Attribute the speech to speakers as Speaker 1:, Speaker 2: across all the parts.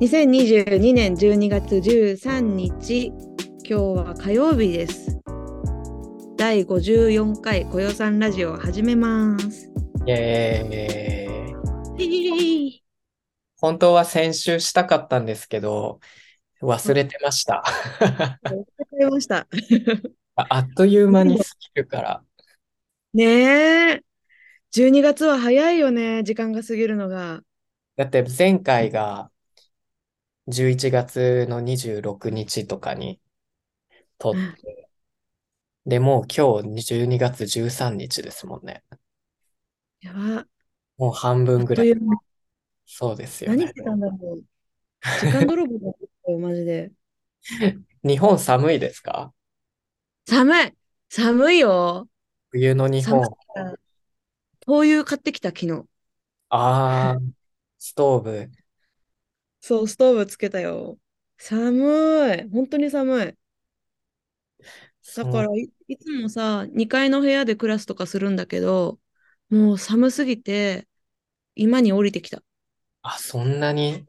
Speaker 1: 2022年12月13日今日は火曜日です第54回こよさんラジオを始めます
Speaker 2: イエーイ
Speaker 1: イ
Speaker 2: 本当は先週したかったんですけど、忘れてました。
Speaker 1: えました
Speaker 2: ああっという間に過ぎるから。
Speaker 1: ねえ12月は早いよね時間が過ぎるのが
Speaker 2: だって前回が11月の26日とかに撮って、で、もう今日12月13日ですもんね。
Speaker 1: やば
Speaker 2: もう半分ぐら
Speaker 1: あっとい
Speaker 2: い。
Speaker 1: う間
Speaker 2: そうですよ
Speaker 1: 何
Speaker 2: ね
Speaker 1: して。たんだろう時間泥棒だったよマジで
Speaker 2: 日本寒いですか
Speaker 1: 寒い寒いよ
Speaker 2: 冬の日本
Speaker 1: 寒。灯油買ってきた昨日
Speaker 2: あー、ストーブ。
Speaker 1: そうストーブつけたよ寒い本当に寒いだ
Speaker 2: そう
Speaker 1: からい、いつもさ、2階の部屋でクラスとかするんだけど、もう寒すぎて、今に降りてきた。
Speaker 2: あ、そんなに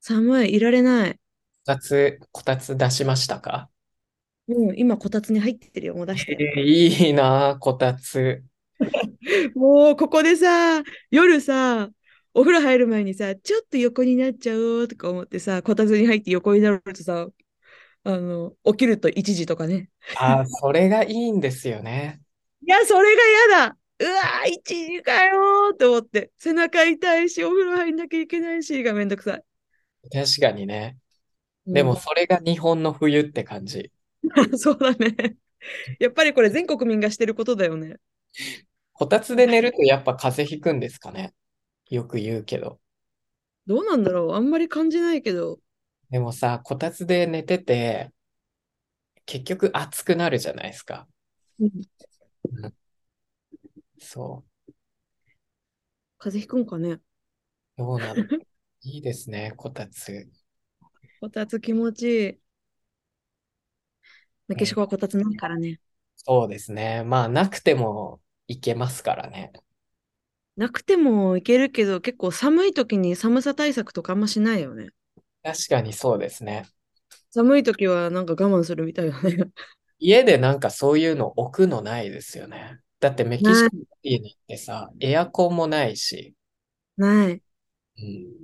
Speaker 1: 寒い、いられない。
Speaker 2: こたつ、こたつ出しましたか
Speaker 1: うん、今、こたつに入ってるよ、もう出し
Speaker 2: え
Speaker 1: て。
Speaker 2: ーいいなあ、こたつ。
Speaker 1: もう、ここでさ、夜さ、お風呂入る前にさ、ちょっと横になっちゃおうとか思ってさ、こたつに入って横になるとさ、あの、起きると1時とかね。
Speaker 2: あー、それがいいんですよね。
Speaker 1: いや、それが嫌だ。うわー、1時かよーと思って、背中痛いし、お風呂入んなきゃいけないし、がめんどくさい。
Speaker 2: 確かにね。
Speaker 1: うん
Speaker 2: でも、それが日本の冬って感じ。
Speaker 1: そうだね。やっぱりこれ全国民がしてることだよね。
Speaker 2: こたつで寝るとやっぱ風邪ひくんですかね。よく言うけど。
Speaker 1: どうなんだろうあんまり感じないけど。
Speaker 2: でもさ、こたつで寝てて、結局暑くなるじゃないですか。
Speaker 1: うん
Speaker 2: そ
Speaker 1: 風邪ひくんかね
Speaker 2: う。どうなのいいですね、こたつ。
Speaker 1: こたつ気持ちいい。メキシコはこたつないからね。
Speaker 2: そうですね。まあ、なくてもいけますからね。
Speaker 1: なくてもいけるけど、結構寒い時に寒さ対策とかあんましないよね。
Speaker 2: 確かにそうですね。
Speaker 1: 寒い時はなんか我慢するみたいなね。
Speaker 2: 家でなんかそういうの置くのないですよね。だってメキシ
Speaker 1: な
Speaker 2: コ
Speaker 1: い
Speaker 2: シティってさ、エアコンもないし、
Speaker 1: ない。
Speaker 2: うん、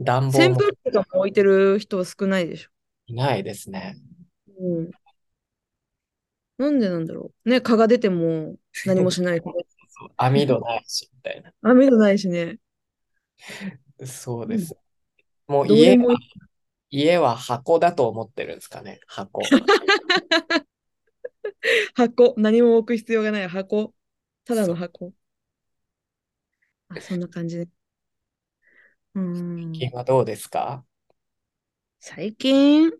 Speaker 2: 暖房
Speaker 1: 扇
Speaker 2: も
Speaker 1: 風機とかも置いてる人は少ないでしょ。
Speaker 2: ないですね。
Speaker 1: うん。なんでなんだろう。ね、蚊が出ても何もしないから。
Speaker 2: そう網戸ないし、みたい
Speaker 1: 網戸ないしね。
Speaker 2: な。そうです。もう
Speaker 1: どれ
Speaker 2: 家
Speaker 1: も
Speaker 2: は、家は箱だと思ってるんですかね。 箱。
Speaker 1: 箱、何も置く必要がない箱、ただの箱。あ、そんな感じで。うーん。
Speaker 2: 今どうですか
Speaker 1: 最近、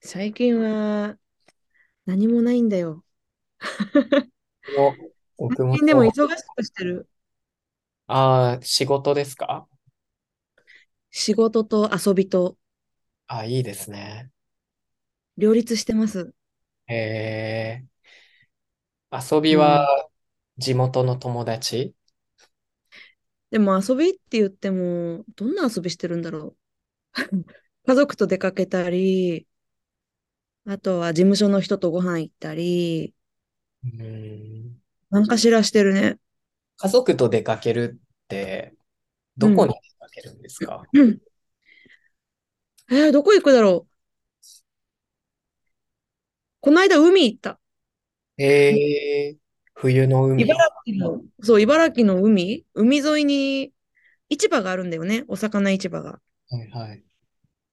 Speaker 1: 最近は何もないんだよ。
Speaker 2: も僕も
Speaker 1: 最近でも忙しくしてる。
Speaker 2: ああ、仕事ですか
Speaker 1: 仕事と遊びと
Speaker 2: ああ、いいですね。
Speaker 1: 両立してます。
Speaker 2: えー、遊びは地元の友達
Speaker 1: でも遊びって言っても、どんな遊びしてるんだろう。家族と出かけたり、あとは事務所の人とご飯行ったり、
Speaker 2: うん
Speaker 1: 何かしらしてるね。
Speaker 2: 家族と出かけるって、どこに出かけるんですか、
Speaker 1: うん。えーどこ行くだろう。この間海行った。
Speaker 2: えー、冬の海。
Speaker 1: 茨城の、そう、茨城の海、海沿いに市場があるんだよね、お魚市場が。
Speaker 2: はいは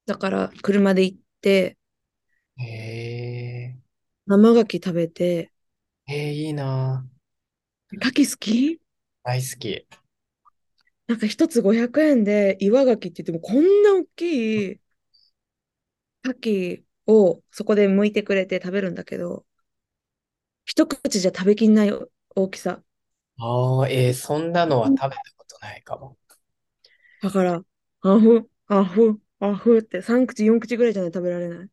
Speaker 1: だから、車で行って、
Speaker 2: い。え
Speaker 1: 生牡蠣食べて、
Speaker 2: ー、えー、いいなぁ
Speaker 1: 牡蠣好き
Speaker 2: 大好き。
Speaker 1: なんか一つ500円で岩牡蠣って言っても、こんな大きい牡蠣をそこで剥いてくれて食べるんだけど、一口じゃ食べきんない大きさ。
Speaker 2: ああ、えー、そんなのは食べたことないかも。
Speaker 1: だから、あふ、あふ、あふって3口、4口ぐらいじゃないと食べられない。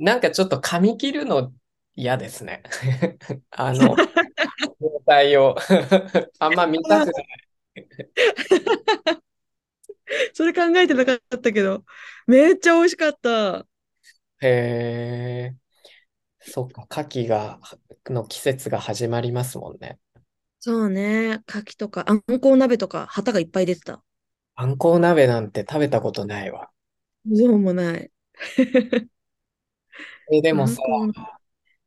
Speaker 2: なんかちょっと噛み切るの嫌ですね。 あの、状 態をあんま見たくない。
Speaker 1: そそれ考えてなかったけど、めっちゃ美味しかった。
Speaker 2: へえ。そっか、牡蠣が、の季節が始まりますもんね。
Speaker 1: そうね。牡蠣とか、あんこう鍋とか、旗がいっぱい出てた。
Speaker 2: あんこう鍋なんて食べたことないわ。
Speaker 1: そうもない。
Speaker 2: え、でも
Speaker 1: あん
Speaker 2: さ、
Speaker 1: こう鍋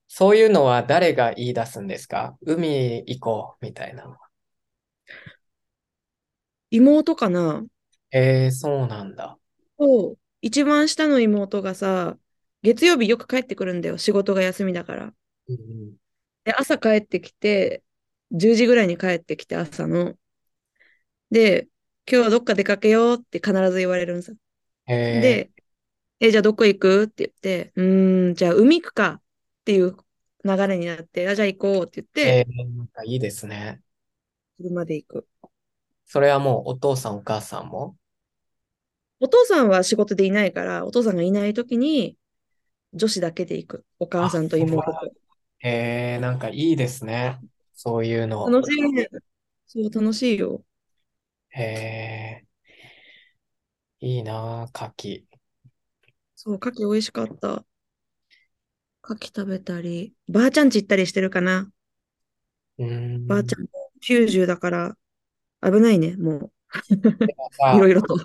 Speaker 2: そういうのは誰が言い出すんですか海行こう、みたいな。
Speaker 1: 妹かな
Speaker 2: へえ、そうなんだ。
Speaker 1: そう。一番下の妹がさ、月曜日よく帰ってくるんだよ。仕事が休みだから。
Speaker 2: うんうん
Speaker 1: で、朝帰ってきて、10時ぐらいに帰ってきて、朝の。で、今日はどっか出かけようって必ず言われるんさ。
Speaker 2: へ
Speaker 1: で、え、じゃあどこ行くって言って、うーん、じゃあ海行くかっていう流れになって、あ、じゃあ行こうって言っ
Speaker 2: え、
Speaker 1: て
Speaker 2: へ、え、なんかいいですね。
Speaker 1: 車で行く。
Speaker 2: それはもうお父さんお母さんも
Speaker 1: お父さんは仕事でいないから、お父さんがいない時に、女子だけで行く。お母さんと妹と。
Speaker 2: へえ、なんかいいですね。そういうの。
Speaker 1: 楽しいね。そう、楽しいよ。
Speaker 2: へえ、いいなあ、牡蠣。
Speaker 1: そう、牡蠣美味しかった。牡蠣食べたり、ばあちゃんち行ったりしてるかな。
Speaker 2: うー
Speaker 1: ばあ
Speaker 2: ん。
Speaker 1: ちゃんも90だから、危ないね、も
Speaker 2: でも
Speaker 1: う。い
Speaker 2: さ
Speaker 1: ろいろと。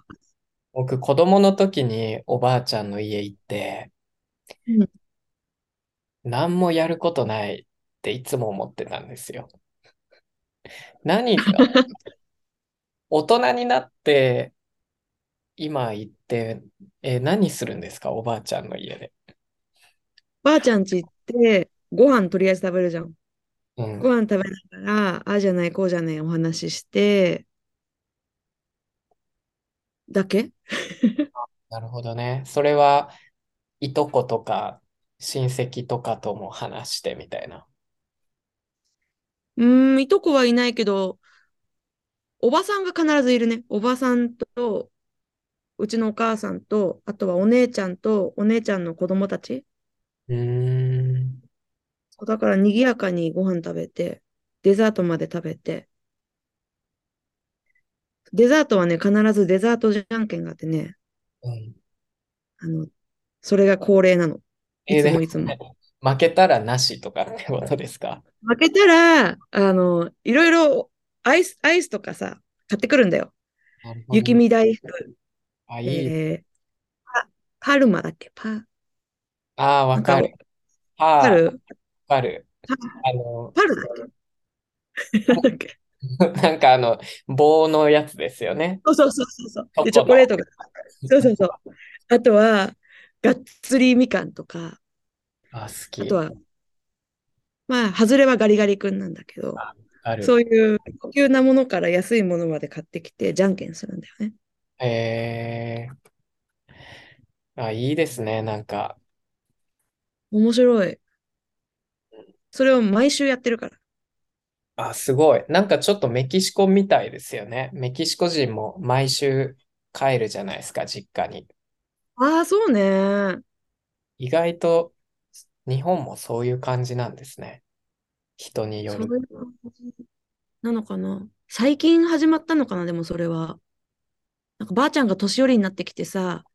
Speaker 2: 僕、子供の時におばあちゃんの家行って、
Speaker 1: うん
Speaker 2: 何もやることないっていつも思ってたんですよ。何か、大人になって、今行って、え、何するんですか、おばあちゃんの家で。
Speaker 1: ばあちゃんち行って、ご飯とりあえず食べるじゃん。
Speaker 2: う
Speaker 1: ご
Speaker 2: ん。
Speaker 1: 飯食べながら、ああじゃない、こうじゃない、お話しして、だけ
Speaker 2: なるほどね。それは、いとことか、親戚とかとも話してみたいな。
Speaker 1: うーん、いとこはいないけど、おばさんが必ずいるね。おばさんと、うちのお母さんと、あとはお姉ちゃんと、お姉ちゃんの子供たち。
Speaker 2: うーん。
Speaker 1: そうだから、賑やかにご飯食べて、デザートまで食べて、デザートはね、必ずデザートじゃんけんがあってね、
Speaker 2: うん。
Speaker 1: あの、それが恒例なの。い
Speaker 2: え、
Speaker 1: つ
Speaker 2: でも
Speaker 1: もいつも。
Speaker 2: 負けたらなしとかってことですか
Speaker 1: 負けたら、あの、いろいろアイス、アイスとかさ、買ってくるんだよ。
Speaker 2: なるほど
Speaker 1: 雪見大福、
Speaker 2: あ、いい。
Speaker 1: えー、パ、パルマだっけパ、
Speaker 2: ああ、わ
Speaker 1: なん
Speaker 2: か
Speaker 1: か、
Speaker 2: る。あ
Speaker 1: パ
Speaker 2: あ、わ
Speaker 1: ル、
Speaker 2: かる。
Speaker 1: パ、
Speaker 2: あの、
Speaker 1: パルだっけなんか
Speaker 2: なんかあの、棒のやつですよね。
Speaker 1: そうそうそうそうそう。
Speaker 2: チョコの
Speaker 1: で、チョコレートが。そうそうそう。あとは、がっつりみかんとか、
Speaker 2: あ、好き。
Speaker 1: あとは、まあ、外れはガリガリ君なんだけど、
Speaker 2: ある。
Speaker 1: そういう高級なものから安いものまで買ってきて、じゃんけんするんだよね。
Speaker 2: えー、あ、いいですね。なんか、
Speaker 1: 面白い。それを毎週やってるから。
Speaker 2: あ、すごい。なんかちょっとメキシコみたいですよね。メキシコ人も毎週帰るじゃないですか、実家に。
Speaker 1: ああ、そうね。
Speaker 2: 意外と日本もそういう感じなんですね。人によ
Speaker 1: そう
Speaker 2: る。
Speaker 1: いう感じなのかな。最近始まったのかな、でもそれは。なんかばあちゃんが年寄りになってきてさ、
Speaker 2: うん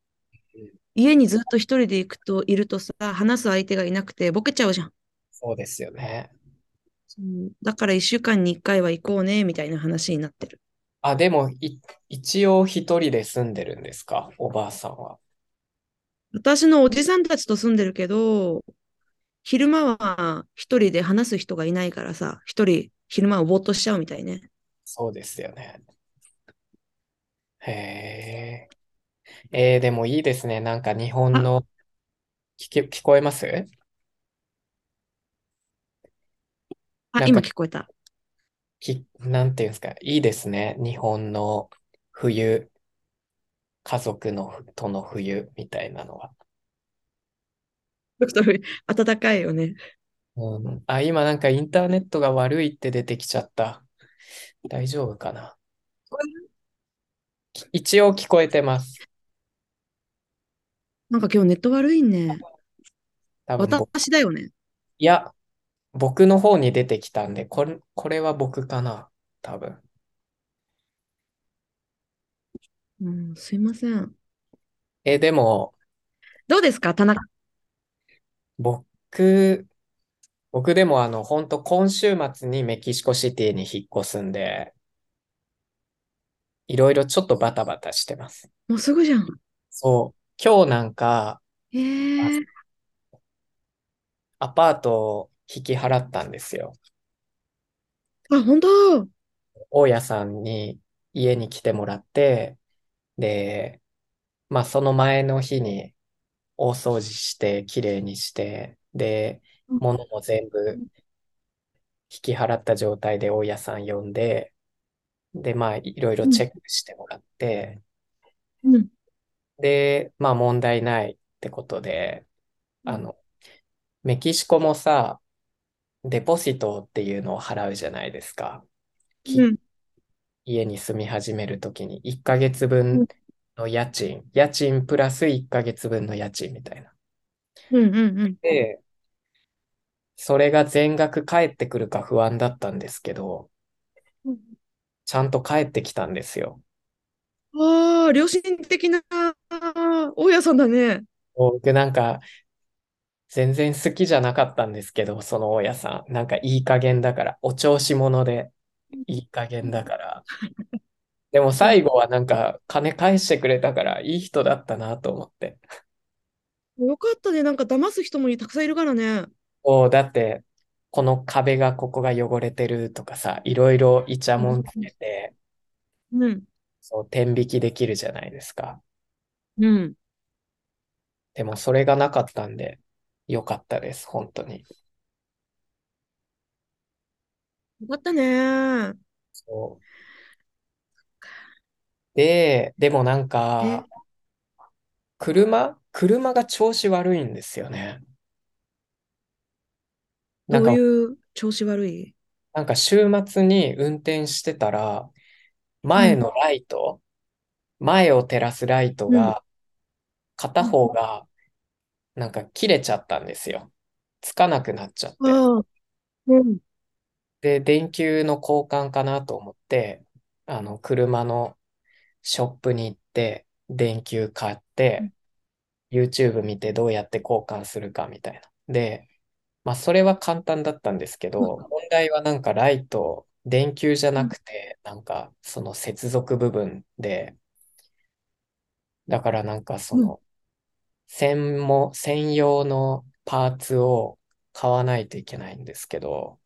Speaker 1: 家にずっと一人で行くと、いるとさ、話す相手がいなくてボケちゃうじゃん。
Speaker 2: そうですよね。
Speaker 1: うんだから一週間に一回は行こうね、みたいな話になってる。
Speaker 2: あ、でも、い、一応一人で住んでるんですか、おばあさんは。
Speaker 1: 私のおじさんたちと住んでるけど、昼間は一人で話す人がいないからさ、一人昼間はぼーっとしちゃうみたいね。
Speaker 2: そうですよね。へえ。えーでもいいですね。なんか日本
Speaker 1: あ、
Speaker 2: の、聞け、聞こえます
Speaker 1: あ、
Speaker 2: なん
Speaker 1: 今
Speaker 2: か、
Speaker 1: 聞こえた。
Speaker 2: き、なんていうんですか、いいですね。日本の冬、家族のふ、との冬みたいなのは。
Speaker 1: ちょっと暖かいよね。
Speaker 2: うん。あ、今なんかインターネットが悪いって出てきちゃった。大丈夫かな。き一応聞こえてます。
Speaker 1: なんか今日ネット悪いね。
Speaker 2: 多分僕、
Speaker 1: 私だよね。
Speaker 2: いや、僕の方に出てきたんで、これ、これは僕かな。多分。
Speaker 1: うん、すいません。
Speaker 2: え、でも、
Speaker 1: どうですか、田中。
Speaker 2: 僕、僕でもあの、本当今週末にメキシコシティに引っ越すんで、いろいろちょっとバタバタしてます。
Speaker 1: もうすぐじゃん。
Speaker 2: そう。今日なんか、
Speaker 1: えー、
Speaker 2: アパートを引き払ったんですよ。
Speaker 1: あ、本当。
Speaker 2: 大家さんに家に来てもらって、で、まあその前の日に大掃除して、綺麗にして、で、
Speaker 1: うん
Speaker 2: 物も全部引き払った状態で大家さん呼んで、で、まあいろいろチェックしてもらって、
Speaker 1: うん。
Speaker 2: で、まあ問題ないってことで、
Speaker 1: うん
Speaker 2: あの、メキシコもさ、デポジトっていうのを払うじゃないですか。き
Speaker 1: うん。
Speaker 2: 家に住み始めるときに1ヶ月
Speaker 1: う
Speaker 2: 分
Speaker 1: ん
Speaker 2: の家賃、家賃プラス1ヶ月分の家賃みたいな。
Speaker 1: うん。うん。うん。
Speaker 2: で、それが全額返ってくるか不安だったんですけど、ちゃんと返ってきたんですよ。
Speaker 1: ああ、良心的な大家さんだね。
Speaker 2: 僕なんか、全然好きじゃなかったんですけど、その大家さん。なんかいい加減だから、お調子者で、いい加減だから。でも最後はなんか、金返してくれたから、いい人だったなと思って。
Speaker 1: よかったね。なんか騙す人もたくさんいるからね。
Speaker 2: おだって、この壁が、ここが汚れてるとかさ、いろいろイチャモンつけて、
Speaker 1: うん。
Speaker 2: そう、天引きできるじゃないですか。
Speaker 1: うん。
Speaker 2: でも、それがなかったんで、よかったです、本当に。
Speaker 1: よかったね。
Speaker 2: そう。で、でもなんか、車車が調子悪いんですよね。な
Speaker 1: どう
Speaker 2: んか、
Speaker 1: いう調子悪い
Speaker 2: なんか週末に運転してたら、前のライト、前を照らすライトが、片方が、なんか切れちゃったんですよ。つかなくなっちゃって。
Speaker 1: ああ。うん。
Speaker 2: で、電球の交換かなと思って、あの、車のショップに行って、電球買って、YouTube 見てどうやって交換するかみたいな。で、まあ、それは簡単だったんですけど、
Speaker 1: う
Speaker 2: 問題はなんかライト、電球じゃなくて、なんかその接続部分で、だからなんかその、専門、専用のパーツを買わないといけないんですけど、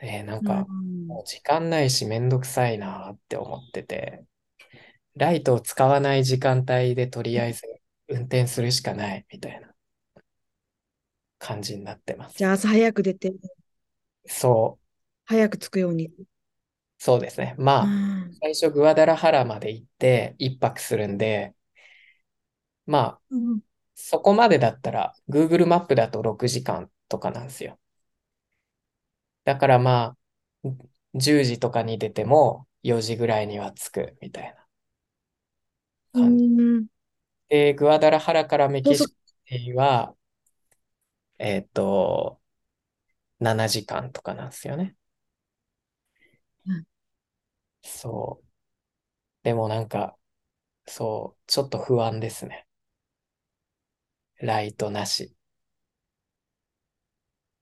Speaker 2: えーなんか、もう時間ないしめんどくさいなって思ってて、ライトを使わない時間帯でとりあえず運転するしかないみたいな感じになってます
Speaker 1: じ。ゃあ朝早く出て、
Speaker 2: そう、
Speaker 1: 早く着くように。
Speaker 2: そうですね。まあ、
Speaker 1: うん
Speaker 2: 最初グアダラハラまで行って一泊するんで、まあ、
Speaker 1: うん
Speaker 2: そこまでだったら Google マップだと6時間とかなんですよ。だからまあ、10時とかに出ても4時ぐらいには着くみたいな感じ。
Speaker 1: うん
Speaker 2: で、グアダラハラからメキシ
Speaker 1: そう
Speaker 2: コシティは、えっと、7時間とかなんですよね
Speaker 1: うん。
Speaker 2: そう。でもなんか、そう、ちょっと不安ですね。ライトなし。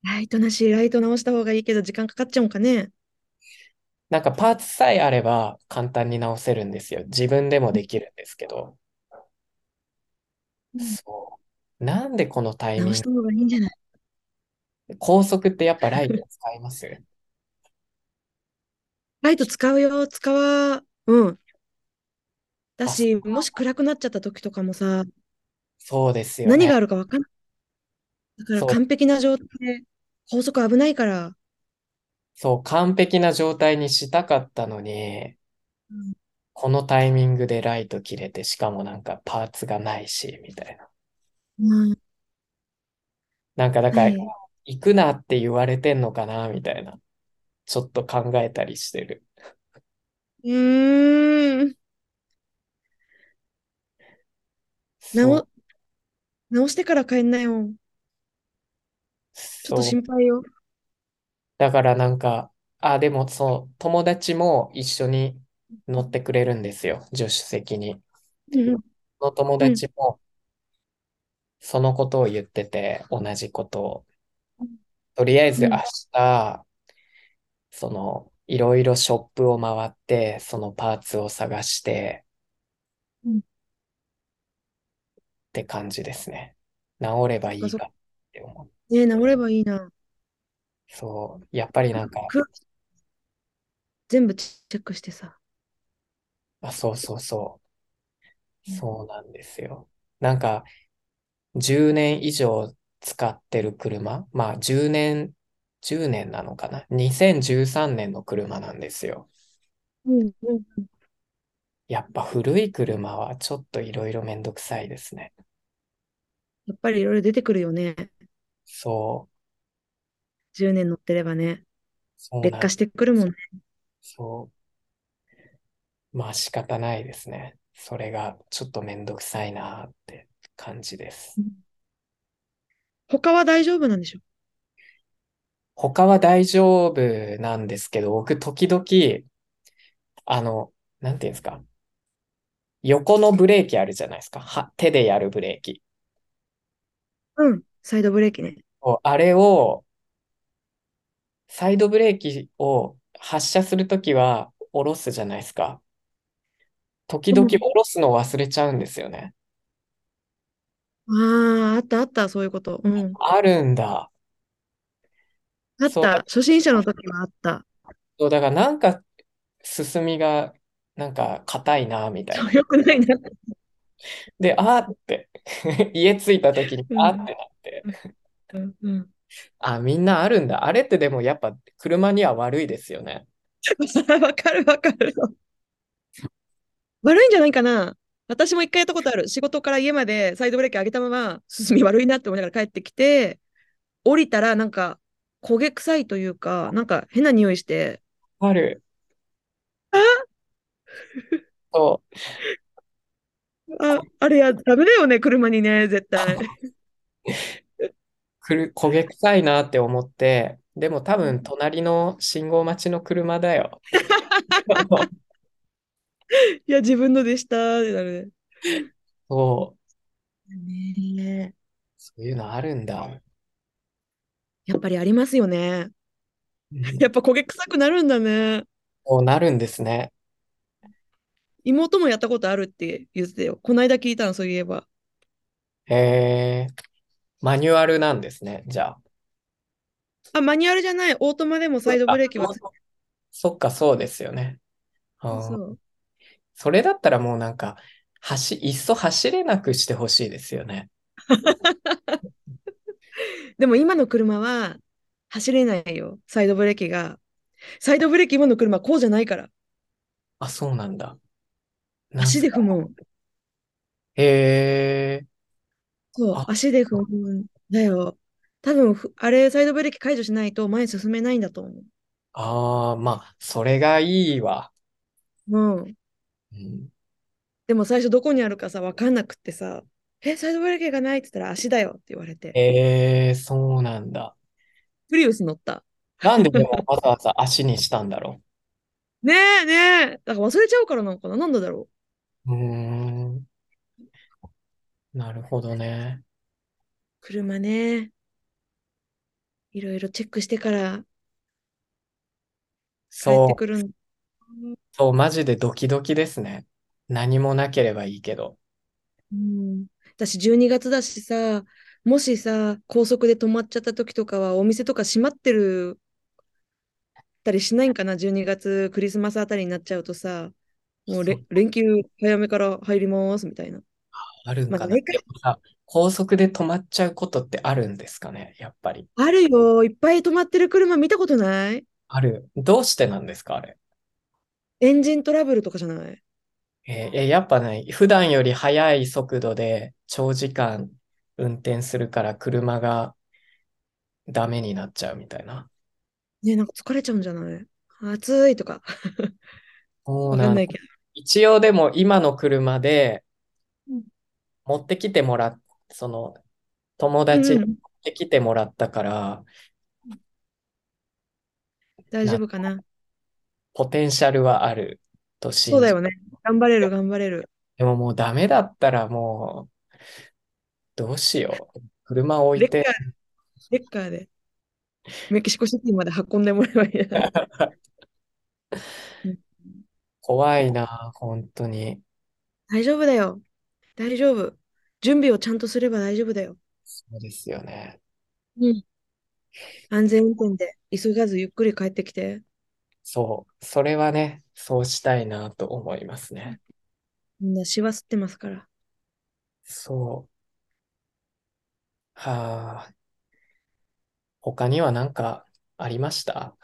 Speaker 1: ライトなし、ライト直した方がいいけど、時間かかっちゃうんかね。
Speaker 2: なんかパーツさえあれば簡単に直せるんですよ。自分でもできるんですけど。そう。なんでこのタイミ
Speaker 1: 直
Speaker 2: ン
Speaker 1: した方がいいんじゃない
Speaker 2: グ、高速ってやっぱライト使います
Speaker 1: ライト使うよ、使わ、うん。だ
Speaker 2: あ
Speaker 1: し、
Speaker 2: そう
Speaker 1: もし暗くなっちゃった時とかもさ、
Speaker 2: そうですよ
Speaker 1: 何
Speaker 2: ね
Speaker 1: が。あるかわかんない。だから
Speaker 2: そう
Speaker 1: 完璧な状態で、高速危ないから。
Speaker 2: そう、完璧な状態にしたかったのに
Speaker 1: うん、
Speaker 2: このタイミングでライト切れて、しかもなんかパーツがないし、みたいな。
Speaker 1: うん、
Speaker 2: なんかだか
Speaker 1: は
Speaker 2: ら、
Speaker 1: い。
Speaker 2: 行くなって言われてんのかな、みたいな。ちょっと考えたりしてる。
Speaker 1: うーん。
Speaker 2: そ
Speaker 1: 直
Speaker 2: う、、
Speaker 1: 直してから帰んなよ。ちょっと
Speaker 2: そう。
Speaker 1: 心配よ。
Speaker 2: だからなんか、あ、でもそう、友達も一緒に乗ってくれるんですよ、助手席に。
Speaker 1: うん
Speaker 2: その友達も、そのことを言ってて、同じことを
Speaker 1: うん。
Speaker 2: とりあえず
Speaker 1: うん
Speaker 2: 明日、その、いろいろショップを回って、そのパーツを探して、
Speaker 1: うん
Speaker 2: って感じですね。治ればいい
Speaker 1: そっ
Speaker 2: かって思う。
Speaker 1: ねえ、治ればいいな。
Speaker 2: そう、やっぱりなんか、
Speaker 1: く全部チェックしてさ。
Speaker 2: あ、そうそうそうう。
Speaker 1: ん
Speaker 2: そうなんですよ。なんか、10年以上使ってる車、まあ10年、10年なのかな。2013年の車なんですよ。
Speaker 1: うんうん。
Speaker 2: やっぱ古い車はちょっといろいろめんどくさいですね。
Speaker 1: やっぱりいろいろ出てくるよね。
Speaker 2: そう、
Speaker 1: 10年乗ってればね。
Speaker 2: そう
Speaker 1: 劣
Speaker 2: な
Speaker 1: 化
Speaker 2: ん、
Speaker 1: してくるもんね。
Speaker 2: そう。まあ仕方ないですね。それがちょっとめんどくさいなーって感じです。
Speaker 1: 他は大丈夫なんでしょ
Speaker 2: 他は大丈夫なんですけど、僕時々、あの、なんていうんですか。横のブレーキあるじゃないですか。は、手でやるブレーキ。
Speaker 1: うん。サイドブレーキね。
Speaker 2: こうあれを、サイドブレーキを発射するときは下ろすじゃないですか。時々
Speaker 1: うん
Speaker 2: 下ろすの忘れちゃうんですよね。
Speaker 1: ああ、あったあった、そういうこと。うん。
Speaker 2: あるんだ。
Speaker 1: あっ
Speaker 2: そう
Speaker 1: た。初心者の時はあった。
Speaker 2: そう、だからなんか進みが、なんか硬いな、みたい
Speaker 1: そう
Speaker 2: な。
Speaker 1: よくないな。
Speaker 2: で、あーって 家着いた時に
Speaker 1: うん
Speaker 2: あーってなって、
Speaker 1: うんうん。
Speaker 2: あ、みんなあるんだ。あれってでもやっぱ車には悪いですよね。
Speaker 1: わかるわかる。悪いんじゃないかな。私も一回やったことある。仕事から家までサイドブレーキ上げたまま、進み悪いなって思いながら帰ってきて、降りたらなんか焦げ臭いというか、なんか変な匂いして、
Speaker 2: ある。
Speaker 1: あ
Speaker 2: そ
Speaker 1: あ、あれや、ダメだよね、車にね、絶対。
Speaker 2: う、くる、焦げ臭いなって思って、でも多分隣の信号待ちの車だ よ。
Speaker 1: いや、自分のでした、ってなる
Speaker 2: そう、
Speaker 1: ね。ね
Speaker 2: そういうのあるんだ。
Speaker 1: やっぱりありますよね。
Speaker 2: うん
Speaker 1: やっぱ焦げ臭くなるんだね。
Speaker 2: そうなるんですね。
Speaker 1: 妹もやったことあるって言ってたよ。こないだ聞いたの、そういえば。
Speaker 2: へえ、マニュアルなんですね、じゃあ。
Speaker 1: あ、マニュアルじゃない、オートマでもサイドブレーキはつ
Speaker 2: あそっか、そうですよね。あー
Speaker 1: そう。
Speaker 2: それだったらもうなんか、走、いっそ走れなくしてほしいですよね。
Speaker 1: でも今の車は走れないよ、サイドブレーキが。サイドブレーキ今の車こうじゃないから。
Speaker 2: あ、そうなんだ。なん
Speaker 1: 足で踏むん。
Speaker 2: へえ、
Speaker 1: そう
Speaker 2: あ、
Speaker 1: 足で踏むんだよ。多分ふ、あれ、サイドブレーキ解除しないと前に進めないんだと思
Speaker 2: ああ、まあ、それがいいわ。
Speaker 1: う。うん。
Speaker 2: うん、
Speaker 1: でも最初どこにあるかさ、わかんなくってさ、え、サイドブレーキがないって言ったら足だよって言われて。
Speaker 2: ええ、そうなんだ。
Speaker 1: プリウス乗った。
Speaker 2: なんででもわざわざ足にしたんだろ
Speaker 1: ねえねえ。だから忘れちゃうからなんかな。なんでだろ
Speaker 2: う。うーん、なるほどね。
Speaker 1: う。車ね。いろいろチェックしてから帰っ
Speaker 2: そ
Speaker 1: て
Speaker 2: う、
Speaker 1: くるん。
Speaker 2: そう、マジでドキドキですね。何もなければいいけど。
Speaker 1: うん、私12月だしさ、もしさ、高速で止まっちゃった時とかはお店とか閉まってるたりしないんかな、12月クリスマスあたりになっちゃうとさ、もうれ
Speaker 2: そう
Speaker 1: 連休早めから入りますみたいな。
Speaker 2: あるん
Speaker 1: まあ
Speaker 2: かな。
Speaker 1: 毎回
Speaker 2: でもさ、高速で止まっちゃうことってあるんですかね、やっぱり。
Speaker 1: あるよ、いっぱい止まってる車見たことない
Speaker 2: ある。どうしてなんですか、あれ。
Speaker 1: エンジントラブルとかじゃない
Speaker 2: えーえやっぱね、普段より速い速度で長時間運転するから車がダメになっちゃうみたいな。
Speaker 1: ねえ、なんか疲れちゃうんじゃない暑いとか。
Speaker 2: そう
Speaker 1: わかん
Speaker 2: な
Speaker 1: なんいけど。
Speaker 2: 一応でも今の車で
Speaker 1: うん
Speaker 2: 持ってきてもらっ、その友達に
Speaker 1: うんう
Speaker 2: 持
Speaker 1: ん
Speaker 2: ってきてもらったから、
Speaker 1: 大丈夫かな
Speaker 2: ポテンシャルはあると信
Speaker 1: そうだ
Speaker 2: じ
Speaker 1: よね。頑張れる、頑張れる。
Speaker 2: でももうダメだったらもう、どうしよう。車を置
Speaker 1: レ
Speaker 2: い
Speaker 1: ッカー
Speaker 2: て、、
Speaker 1: レッカーで。メキシコシティまで運んでもらえばいいな。
Speaker 2: 怖いな、本当に。
Speaker 1: 大丈夫だよ。大丈夫。準備をちゃんとすれば大丈夫だよ。
Speaker 2: そうですよね。
Speaker 1: うん。安全運転で、急がずゆっくり帰ってきて。
Speaker 2: そう。それはね、そうしたいなと思いますね。
Speaker 1: みんなシワ吸ってますから。
Speaker 2: そう。はあ。他には何かありました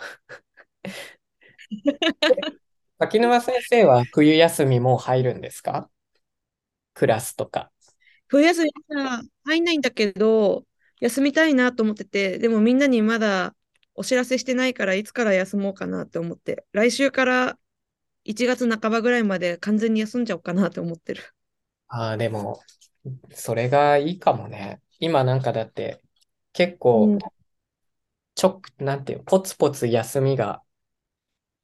Speaker 2: 柿沼先生は冬休みもう入るんですかクラスとか。
Speaker 1: 冬休みさ、入んないんだけど、休みたいなと思ってて、でもみんなにまだお知らせしてないから、いつから休もうかなって思って、来週から1月半ばぐらいまで完全に休んじゃおうかなって思ってる。
Speaker 2: ああ、でも、それがいいかもね。今なんかだって、結
Speaker 1: う
Speaker 2: 構
Speaker 1: ん、
Speaker 2: ちょ、なんていうの、ポツポツ休みが、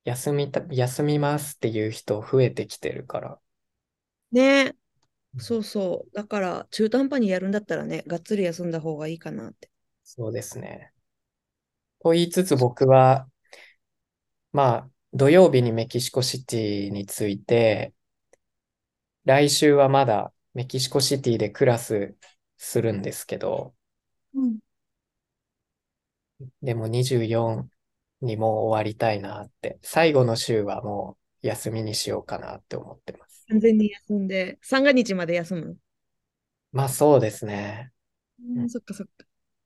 Speaker 2: 休みた、休みますっていう人増えてきてるから。
Speaker 1: ねえ、
Speaker 2: うん
Speaker 1: そうそう。だから、中途半端にやるんだったらね、がっつり休んだ方がいいかなって。
Speaker 2: そうですね。と言いつつ僕は、まあ、土曜日にメキシコシティについて、来週はまだメキシコシティでクラスするんですけど、
Speaker 1: うん。
Speaker 2: でも24にもう終わりたいなって、最後の週はもう休みにしようかなって思ってます。
Speaker 1: 完全に休んで、三が日まで休む。
Speaker 2: まあそうですね。
Speaker 1: うんん、そっかそっか。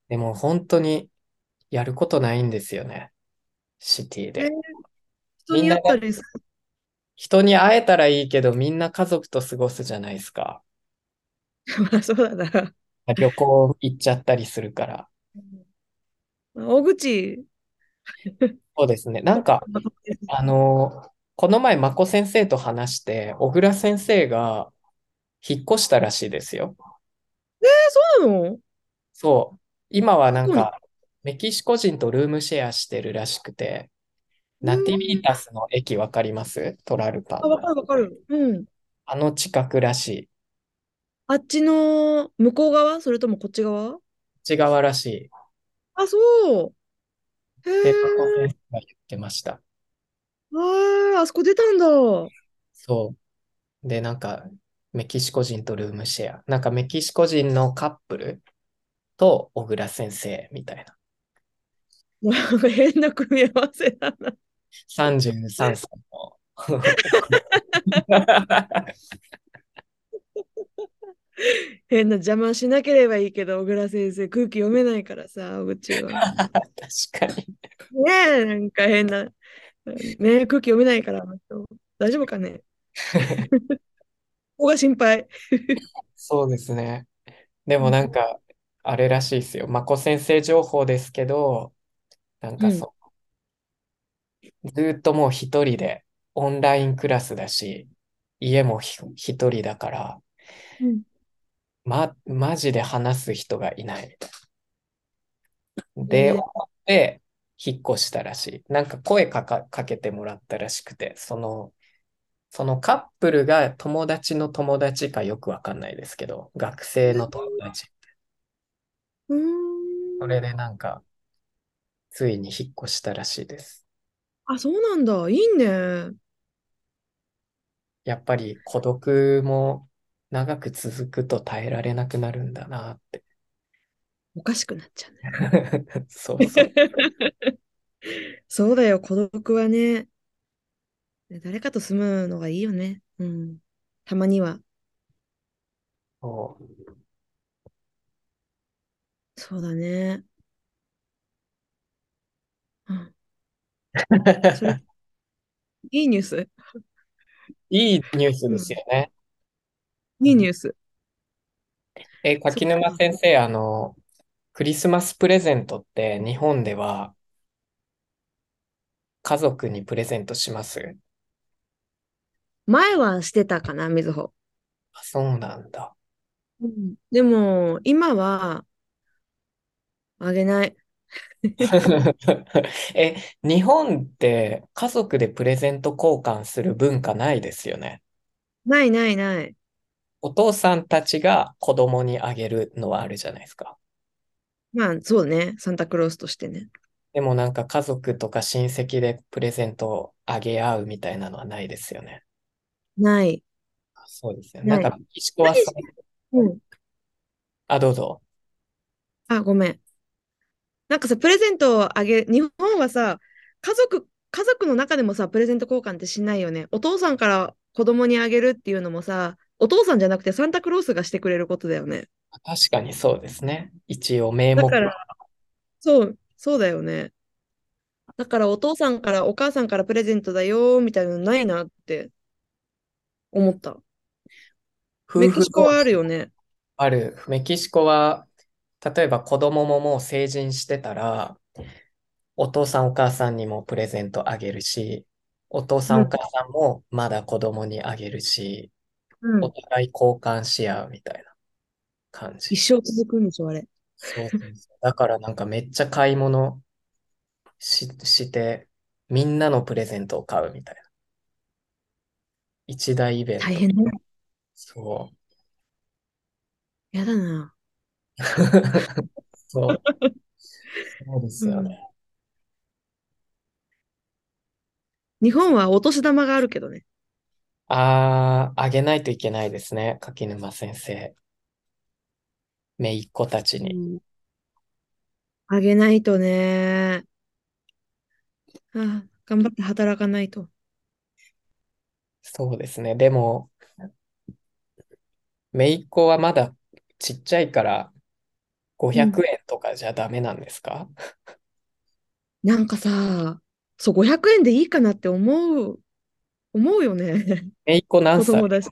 Speaker 2: でも本当にやることないんですよね。シティ
Speaker 1: えー
Speaker 2: で。
Speaker 1: 人に会ったりさ、
Speaker 2: 人に会えたらいいけど、みんな家族と過ごすじゃないですか。
Speaker 1: まあそうだな。
Speaker 2: 旅行行っちゃったりするから。
Speaker 1: 大口、
Speaker 2: そうですね。なんか、あの、この前、まこ先生と話して、小倉先生が引っ越したらしいですよ。
Speaker 1: そうなの
Speaker 2: そう。今はなん
Speaker 1: そうな
Speaker 2: か、メキシコ人とルームシェアしてるらしくて、ナティビータスの駅わかりますトラルパン
Speaker 1: あ、わかるわかる。うん。
Speaker 2: あの近くらしい。
Speaker 1: あっちの向こう側それともこっち側
Speaker 2: 内側らし
Speaker 1: あ、そう。
Speaker 2: い。
Speaker 1: へ
Speaker 2: で、
Speaker 1: え
Speaker 2: まこ。先生が言ってました。
Speaker 1: あーあそこ出たんだ。
Speaker 2: そう。で、なんか、メキシコ人とルームシェア。なんか、メキシコ人のカップルと小倉先生みたいな。
Speaker 1: なんか 変な組み合わせだな。
Speaker 2: 33歳 の。
Speaker 1: 変な邪魔しなければいいけど、小倉先生、空気読めないからさ、小口は。
Speaker 2: 確かに。
Speaker 1: ねえ、なんか変な。ねえ、空気読めないから、あの人大丈夫か ねここが心配。
Speaker 2: そうですね。でもなんか、あれらしいですよ。まこ先生情報ですけど、なんかそう、ずーっともう一人で、オンラインクラスだし、家もひ一人だから、
Speaker 1: うん
Speaker 2: ま、マジで話す人がいないみたいな。
Speaker 1: えー
Speaker 2: で、終わって、引っ越したらしい。なんか声かか、かけてもらったらしくて、その、そのカップルが友達の友達かよくわかんないですけど、学生の友達。
Speaker 1: うー
Speaker 2: そ
Speaker 1: ん。
Speaker 2: れでなんか、ついに引っ越したらしいです。
Speaker 1: あ、そうなんだ。いいね。
Speaker 2: やっぱり孤独も長く続くと耐えられなくなるんだなって。
Speaker 1: おかしくなっちゃうね。
Speaker 2: そうそう。
Speaker 1: そうだよ、孤独はね。誰かと住むのがいいよね。うん。たまには。
Speaker 2: そう
Speaker 1: そうだね。うん。それ、いいニュース。
Speaker 2: いいニュースですよね。
Speaker 1: いいニュース。
Speaker 2: え、柿沼先生、あの、クリスマスプレゼントって日本では家族にプレゼントします
Speaker 1: 前はしてたかな、みずほ。
Speaker 2: あ、そうなんだ。
Speaker 1: うんでも、今は、あげない。
Speaker 2: え、日本って家族でプレゼント交換する文化ないですよね。
Speaker 1: ないないない。
Speaker 2: お父さんたちが子供にあげるのはあるじゃないですか。
Speaker 1: まあ、そうね。サンタクロースとしてね。
Speaker 2: でもなんか家族とか親戚でプレゼントをあげ合うみたいなのはないですよね。
Speaker 1: ない、
Speaker 2: あそうですよね。な
Speaker 1: なんい。
Speaker 2: か、メキシコはそれ、
Speaker 1: うん。
Speaker 2: あ、どうぞ。
Speaker 1: あ、ごめん。なんかさ、プレゼントをあげ、日本はさ、家族、家族の中でもさ、プレゼント交換ってしないよね。お父さんから子供にあげるっていうのもさ、お父さんじゃなくてサンタクロースがしてくれることだよね。
Speaker 2: 確かにそうですね。一応名
Speaker 1: だ
Speaker 2: 目
Speaker 1: か
Speaker 2: は。
Speaker 1: ら、そう、そうだよね。だからお父さんからお母さんからプレゼントだよみたいなのないなって思った。
Speaker 2: 夫
Speaker 1: メキ
Speaker 2: 婦
Speaker 1: シコ
Speaker 2: 同
Speaker 1: はあ
Speaker 2: 士
Speaker 1: るよね。
Speaker 2: ある。メキシコは、例えば子供ももう成人してたら、お父さんお母さんにもプレゼントあげるし、お父さ
Speaker 1: うん
Speaker 2: お
Speaker 1: ん、
Speaker 2: 母さんもまだ子供にあげるし、
Speaker 1: う
Speaker 2: お
Speaker 1: ん。
Speaker 2: 互い交換し合うみたいな感
Speaker 1: 一
Speaker 2: じ。
Speaker 1: 生続くんでしょ、あれ。
Speaker 2: そうそうそう。だからなんかめっちゃ買い物し、して、みんなのプレゼントを買うみたいな。一大イベン
Speaker 1: 大
Speaker 2: ト。
Speaker 1: 変だ。
Speaker 2: そう。
Speaker 1: やだな。
Speaker 2: そう。そうで
Speaker 1: う
Speaker 2: すよ
Speaker 1: ん。
Speaker 2: ね。
Speaker 1: 日本はお年玉があるけどね。
Speaker 2: ああ、あげないといけないですね。柿沼先生。姪っ子たち
Speaker 1: う
Speaker 2: に。
Speaker 1: んあげないとね。ああ、頑張って働かないと。
Speaker 2: そうですね。でも、姪っ子はまだちっちゃいから
Speaker 1: う
Speaker 2: 500
Speaker 1: ん。
Speaker 2: 円とかじゃダメなんですか
Speaker 1: なんかさ、そう、500円でいいかなって思う、思うよね。
Speaker 2: 姪っ子何
Speaker 1: 子
Speaker 2: 歳
Speaker 1: 供だし。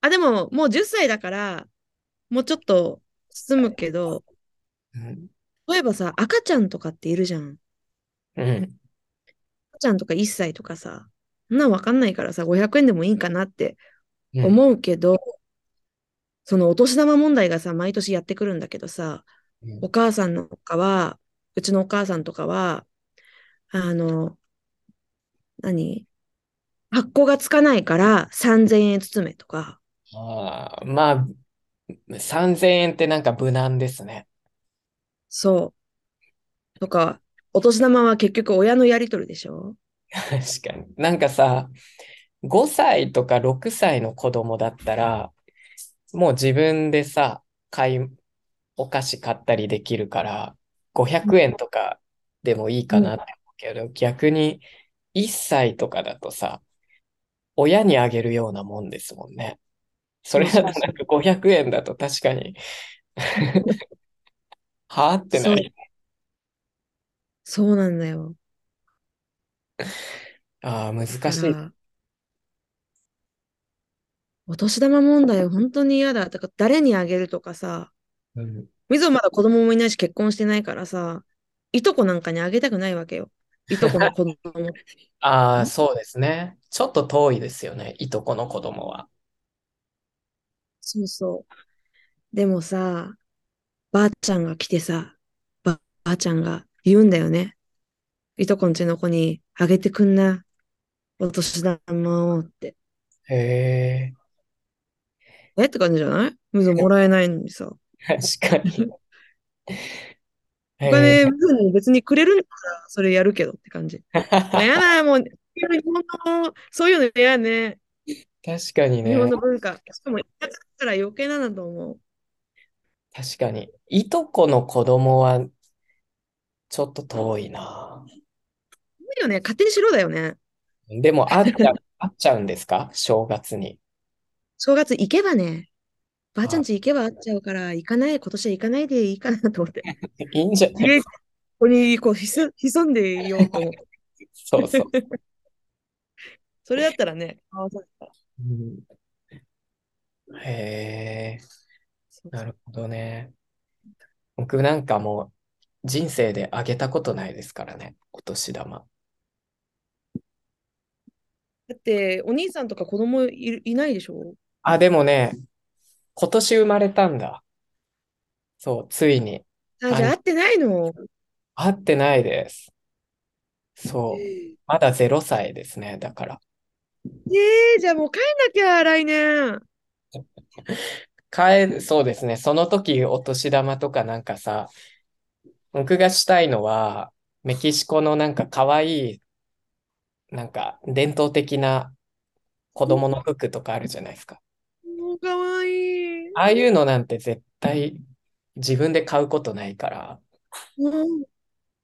Speaker 1: あ、でも、もう10歳だから、もうちょっと進むけど、
Speaker 2: うん。
Speaker 1: 例えばさ、赤ちゃんとかっているじゃん。
Speaker 2: うん。
Speaker 1: 赤ちゃんとか1歳とかさ、そんなんわかんないからさ、500円でもいいかなって
Speaker 2: うん。
Speaker 1: 思うけど、そのお年玉問題がさ、毎年やってくるんだけどさ、
Speaker 2: う
Speaker 1: お
Speaker 2: ん。
Speaker 1: 母さんのかは、うちのお母さんとかは、あの、何発行がつかないから3000円包めとか、
Speaker 2: ああ、まあ、3000円ってなんか無難ですね。
Speaker 1: そう、とか、お年玉は結局親のやりとりでしょ
Speaker 2: 確かに。なんかさ、5歳とか6歳の子供だったら、もう自分でさ、買い、お菓子買ったりできるから、500
Speaker 1: うん
Speaker 2: 円とかでもいいか
Speaker 1: う
Speaker 2: なんって思うけど、逆に1歳とかだとさ、親にあげるようなもんですもんね。そ
Speaker 1: そ
Speaker 2: れ
Speaker 1: う
Speaker 2: だ
Speaker 1: そう
Speaker 2: とな
Speaker 1: そ
Speaker 2: んか500円だと確かに
Speaker 1: う。
Speaker 2: はあってな
Speaker 1: そう、
Speaker 2: り。
Speaker 1: そうなんだよ。
Speaker 2: ああ、難
Speaker 1: か
Speaker 2: しい。
Speaker 1: ら、お年玉問題本当に嫌だ。だから誰にあげるとかさ、
Speaker 2: うん。
Speaker 1: みぞまだ子供もいないし結婚してないからさ、いとこなんかにあげたくないわけよ。いとこの子供と
Speaker 2: ああ、
Speaker 1: か。
Speaker 2: そうですね。ちょっと遠いですよね。いとこの子供は。
Speaker 1: そうそう。でもさ、ばあちゃんが来てさ、ば、ばあちゃんが言うんだよね。いとこんちの子にあげてくんな、お年玉をって。
Speaker 2: へえ、
Speaker 1: えって感じじゃないむずもらえないのにさ。
Speaker 2: 確かに。
Speaker 1: お
Speaker 2: へ
Speaker 1: 金、
Speaker 2: え、
Speaker 1: むずに別にくれるんだからそれやるけどって 感じ。まあ、やだ、もう、日本の、そういうの嫌ね。
Speaker 2: 確かに
Speaker 1: 日本
Speaker 2: ね。
Speaker 1: の文化。しかも、田舎だから余計なんだと思う。
Speaker 2: 確かに。いとこの子供はちょっと遠いな。
Speaker 1: いいよね。勝手にしろだよね。
Speaker 2: でも、あっ ちゃ、会っちゃうんですか正月に。
Speaker 1: 正月行けばね、ばあちゃん
Speaker 2: あ、
Speaker 1: 家行けば会っちゃうから、行かない、今年は行かないでいいかなと 思って。
Speaker 2: いいんじゃ ない
Speaker 1: 家、ここにこう潜、潜んでいようと思って。
Speaker 2: そうそう。
Speaker 1: それだったらね、合わされたら。
Speaker 2: うんへえ、
Speaker 1: そう
Speaker 2: な
Speaker 1: そ
Speaker 2: るほどね。僕なんかもう人生であげたことないですからね。お年玉。
Speaker 1: う。だって、お兄さんとか子供いる、いないでしょ
Speaker 2: あ、でもね、今年生まれたんだ。そう、ついに。
Speaker 1: あ、じゃあ
Speaker 2: あ
Speaker 1: 合ってないの。
Speaker 2: 合ってないです。そう。まだ0歳ですね。だから。
Speaker 1: ええじゃあもう帰んなきゃ、来年。
Speaker 2: 帰る、そうですね。その時、お年玉とかなんかさ、僕がしたいのは、メキシコのなんか可愛い、なんか伝統的な子供の服とかあるじゃないですか。
Speaker 1: もうかわいい。
Speaker 2: ああいうのなんて絶対自分で買うことないから、
Speaker 1: うん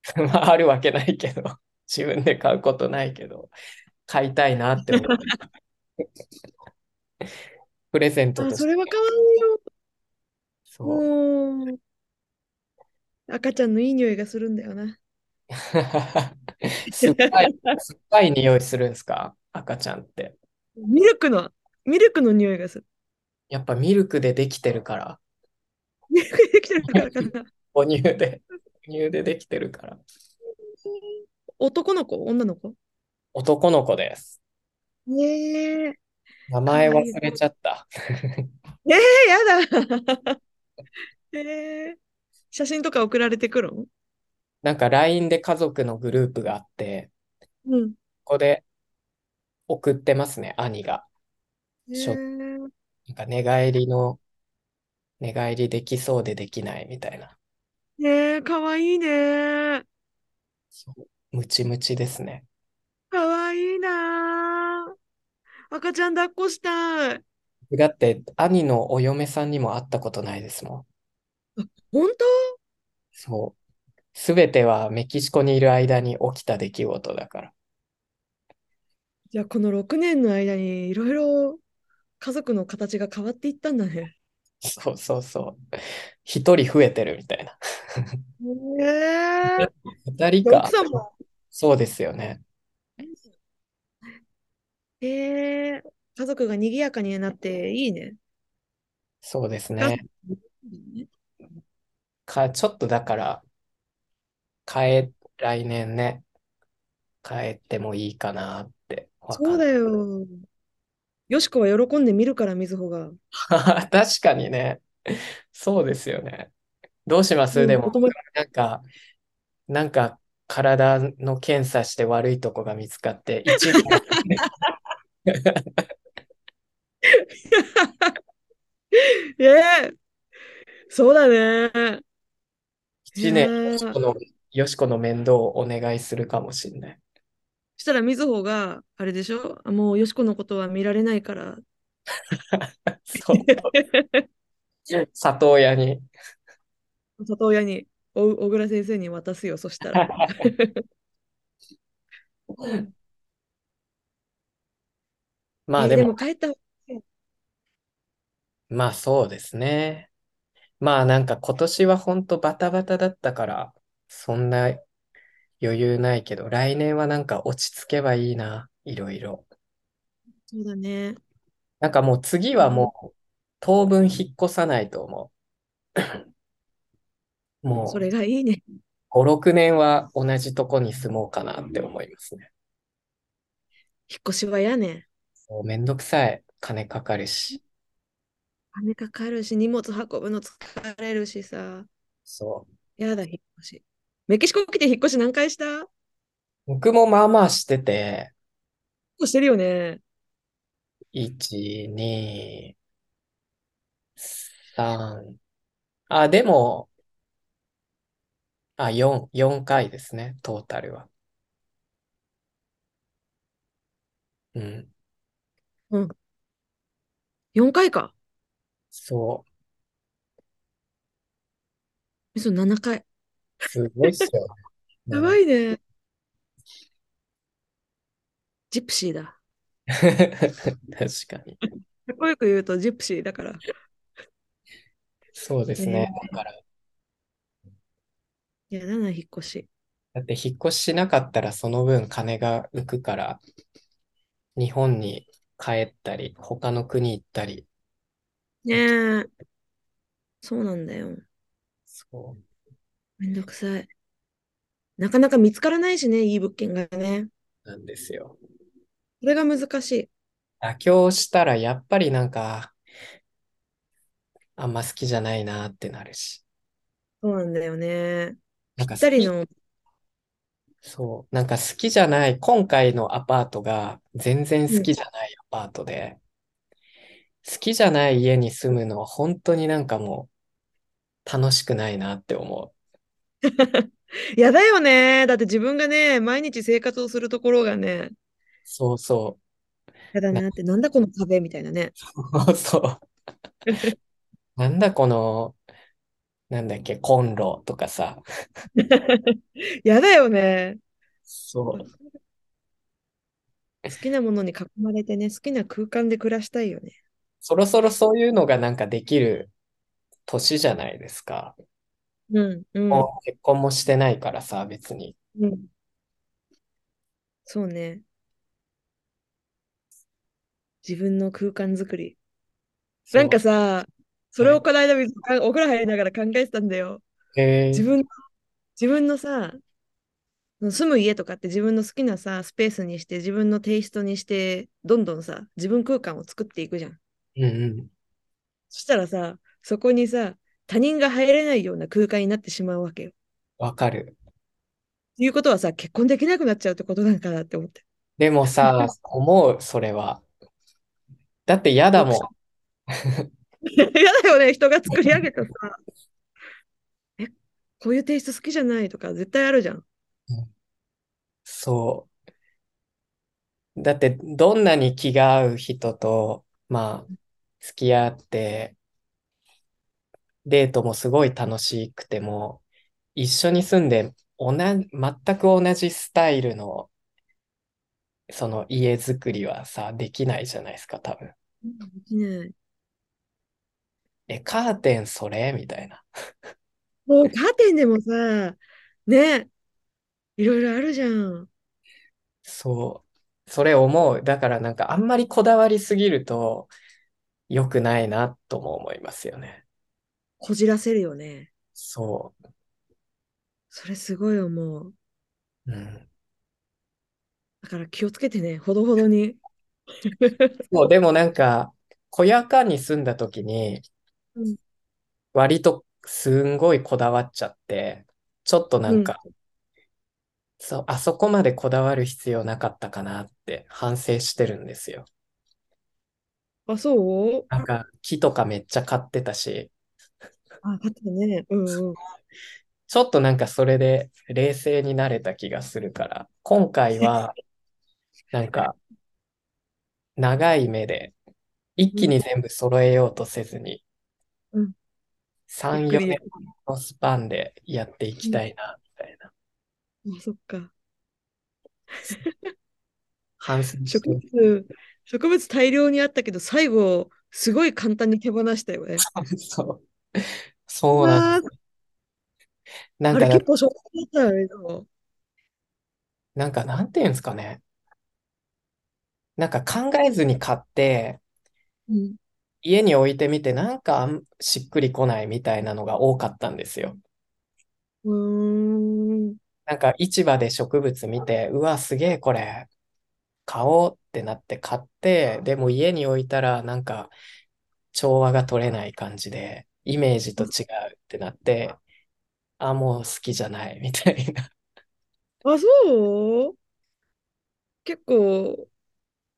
Speaker 2: まああるわけないけど、 自分で買うことないけど、買いたいなって思う。 プレゼント
Speaker 1: あ、
Speaker 2: と
Speaker 1: そ
Speaker 2: して。
Speaker 1: れはかわいい
Speaker 2: そう。
Speaker 1: よ。もう、赤ちゃんのいい匂いがするんだよな。
Speaker 2: 酸っぱい、酸っぱい匂いするんですか赤ちゃんって。
Speaker 1: ミルクの、ミルクの匂いがする。
Speaker 2: やっぱミルクでできてるから。
Speaker 1: ミルクできてるからかな。
Speaker 2: 母乳で、母乳でできてるから。
Speaker 1: 男の子、女の子。
Speaker 2: 男の子です。
Speaker 1: ねえ、
Speaker 2: 名
Speaker 1: か
Speaker 2: 前
Speaker 1: わ
Speaker 2: 忘
Speaker 1: いい。
Speaker 2: れちゃった。
Speaker 1: ねえ、やだ。 ええ、写真とか送られてくるの
Speaker 2: なんか LINE で家族のグループがあって、
Speaker 1: うん。
Speaker 2: ここで送ってますね、兄が。しょ、
Speaker 1: ねえ。
Speaker 2: なんか寝返りの、寝返りできそうでできないみたいな。
Speaker 1: ねえ、かわいいね。
Speaker 2: そう。ムチムチですね。
Speaker 1: かわいいなあ。赤ちゃん抱っこしたい。
Speaker 2: だって兄のお嫁さんにも会ったことないですもん。
Speaker 1: 本当
Speaker 2: そう。すべてはメキシコにいる間に起きた出来事だから。
Speaker 1: じゃあこの6年の間にいろいろ家族の形が変わっていったんだね。
Speaker 2: そうそうそう。一人増えてるみたいな。
Speaker 1: へえ
Speaker 2: 二
Speaker 1: で奥
Speaker 2: 人か。
Speaker 1: さんも。
Speaker 2: そうですよね。
Speaker 1: へえ家族が賑やかになっていいね。
Speaker 2: そうです
Speaker 1: が
Speaker 2: ね。か、ちょっとだから、変え、来年ね、変えてもいいかなって、わ
Speaker 1: そ
Speaker 2: か
Speaker 1: うん
Speaker 2: な
Speaker 1: だ
Speaker 2: い。
Speaker 1: よ。よしこは喜んで見るから、みずほが。
Speaker 2: 確かにね。そうですよね。どうします
Speaker 1: も
Speaker 2: で
Speaker 1: うお
Speaker 2: も、
Speaker 1: 友
Speaker 2: なんか、なんか、体の検査して悪いとこが見つかって、一 部、
Speaker 1: 達。ええそうだね。い
Speaker 2: 一
Speaker 1: や
Speaker 2: 年、よし
Speaker 1: ー
Speaker 2: この、よしこの面倒をお願いするかもしれない。
Speaker 1: したらみずほが、あれでしょあもうよしこのことは見られないから。
Speaker 2: そう。里親 に。
Speaker 1: 里親に、お小倉先生に渡すよ、そしたら。
Speaker 2: まあ
Speaker 1: えー
Speaker 2: で
Speaker 1: で
Speaker 2: も、
Speaker 1: も帰った方がいい。
Speaker 2: まあそうですね。まあなんか今年は本当バタバタだったから、そんな余裕ないけど、来年はなんか落ち着けばいいな、いろいろ。
Speaker 1: そうだね。
Speaker 2: なんかもう次は
Speaker 1: うん
Speaker 2: もう当分引っ越さないと思う。
Speaker 1: そ
Speaker 2: も
Speaker 1: れ
Speaker 2: う
Speaker 1: がいいね。
Speaker 2: 5、6年は同じとこに住もうかなって思いますね。
Speaker 1: 引っ越しはやね。
Speaker 2: もうめんどくさい。金かかるし。
Speaker 1: 金かかるし、荷物運ぶの疲れるしさ。
Speaker 2: そう。
Speaker 1: やだ、引っ越し。メキシコ来て引っ越し何回した引っ
Speaker 2: 僕もまあまあしてて、
Speaker 1: 越してるよね。
Speaker 2: 1、2、3。あ、でも、あ、4、4回ですね、トータルは。うん。
Speaker 1: うん。4回か。
Speaker 2: そう。
Speaker 1: みそ7回。
Speaker 2: すごいっすよね。
Speaker 1: や
Speaker 2: な
Speaker 1: ば
Speaker 2: ん
Speaker 1: いね。ジプシーだ。
Speaker 2: か確かに。
Speaker 1: かっこよく言うとジプシーだから。
Speaker 2: そうです
Speaker 1: え
Speaker 2: ね。
Speaker 1: ー、
Speaker 2: だから、
Speaker 1: やだな、引っ越し。
Speaker 2: だって引っ越ししなかったらその分金が浮くから、日本に帰ったり、他の国行ったり。
Speaker 1: ねえ、そうなんだよ。
Speaker 2: そう。
Speaker 1: めんどくさい。なかなか見つからないしね、いい物件がね。
Speaker 2: なんですよ。
Speaker 1: それが難しい。
Speaker 2: 妥協したらやっぱりなんか、あんま好きじゃないなってなるし。
Speaker 1: そうなんだよね。
Speaker 2: な
Speaker 1: ぴ
Speaker 2: んか
Speaker 1: っ
Speaker 2: 好
Speaker 1: たり
Speaker 2: き、
Speaker 1: の、
Speaker 2: そう、なんか好きじゃない、今回のアパートが全然
Speaker 1: う
Speaker 2: 好
Speaker 1: ん、
Speaker 2: きじゃないアパートで、好きじゃない家に住むのは本当になんかもう楽しくないなって思う。
Speaker 1: やだよね。だって自分がね、毎日生活をするところがね、
Speaker 2: そうそ
Speaker 1: やだ
Speaker 2: う。な
Speaker 1: なって、なんだこの壁みたいなね。
Speaker 2: そう。なんだこの、なんだっけ、コンロとかさ。
Speaker 1: やだよね。
Speaker 2: そ
Speaker 1: わ
Speaker 2: う。
Speaker 1: かる好きなものに囲まれてね、好きな空間で暮らしたいよね。
Speaker 2: そろそろそういうのがなんかできる年じゃないですか。
Speaker 1: うん、うん、
Speaker 2: もう結婚もしてないからさ、別に。
Speaker 1: うん。そうね。自分の空間づくり。なんか
Speaker 2: そ
Speaker 1: さ、
Speaker 2: う。
Speaker 1: それ
Speaker 2: は
Speaker 1: を
Speaker 2: い。
Speaker 1: この間水あお風呂入りながら考えてたんだよ。
Speaker 2: え
Speaker 1: 自
Speaker 2: ー、
Speaker 1: 分、自分のさ、住む家とかって自分の好きなさ、スペースにして、自分のテイストにして、どんどんさ、自分空間を作っていくじゃん。
Speaker 2: うんうん。
Speaker 1: そしたらさ、そこにさ、他人が入れないような空間になってしまうわけよ。
Speaker 2: わかる。
Speaker 1: ということはさ、結婚できなくなっちゃうってことなんかなって思って。
Speaker 2: でも さ、思う、それは。だって嫌だ
Speaker 1: よく
Speaker 2: も
Speaker 1: さ、嫌だよね、人が作り上げたさ、え、こういうテイスト好きじゃないとか絶対あるじゃん。
Speaker 2: ん。うんそう。だって、どんなに気が合う人と、まあ、付き合って、デートもすごい楽しくても、一緒に住んで、同じ、全く同じスタイルの、その家づくりはさ、できないじゃないですか、多分。
Speaker 1: うんできない。
Speaker 2: え、カーテンそれみたいな。
Speaker 1: もうカーテンでもさ、ね、いろいろあるじゃん。
Speaker 2: そう。それ思う。だからなんかあんまりこだわりすぎると良くないなとも思いますよね。
Speaker 1: こじらせるよね。
Speaker 2: そ
Speaker 1: それすごい思う。
Speaker 2: う。うん。
Speaker 1: だから気をつけてね、ほどほどに。
Speaker 2: そう、でもなんか、小屋間に住んだ時に
Speaker 1: うん
Speaker 2: 割とすんごいこだわっちゃって、ちょっとな
Speaker 1: うんん。
Speaker 2: か、そう、あそこまでこだわる必要なかったかなって反省してるんですよ。
Speaker 1: あ、そう
Speaker 2: なんか木とかめっちゃ買ってたし、
Speaker 1: あ、買ったね。うんうん。
Speaker 2: ちょっとなんかそれで冷静になれた気がするから、今 回はなんか長い目で一
Speaker 1: う
Speaker 2: 気
Speaker 1: ん
Speaker 2: に全部揃えようとせずに、
Speaker 1: うん。ゆっ
Speaker 2: 3、
Speaker 1: くり
Speaker 2: 4
Speaker 1: ゆっ
Speaker 2: 年
Speaker 1: くり。
Speaker 2: のスパンでやっていき
Speaker 1: うん。
Speaker 2: たいな、みたいな。
Speaker 1: あ、そっか。
Speaker 2: 反省し
Speaker 1: 植
Speaker 2: てる。
Speaker 1: 物、植物大量にあったけど、最後、すごい簡単に手放したよね。
Speaker 2: そう。そうなんで
Speaker 1: わあ、
Speaker 2: す。なん
Speaker 1: あ
Speaker 2: か
Speaker 1: れ
Speaker 2: だ、
Speaker 1: 結構ショックだったよね。でも
Speaker 2: なんかなんていうんですかね。なんか考えずに買って、
Speaker 1: うん。
Speaker 2: 家に置いてみて、なんかあんしっくりこないみたいなのが多かったんですよ。
Speaker 1: うーん。
Speaker 2: なんか市場で植物見て、うわ、すげえこれ、買おうってなって買って、でも家に置いたら、なんか、調和が取れない感じで、イメージと違うってなって、あ、もう好きじゃないみたいな。
Speaker 1: あ、そう結構、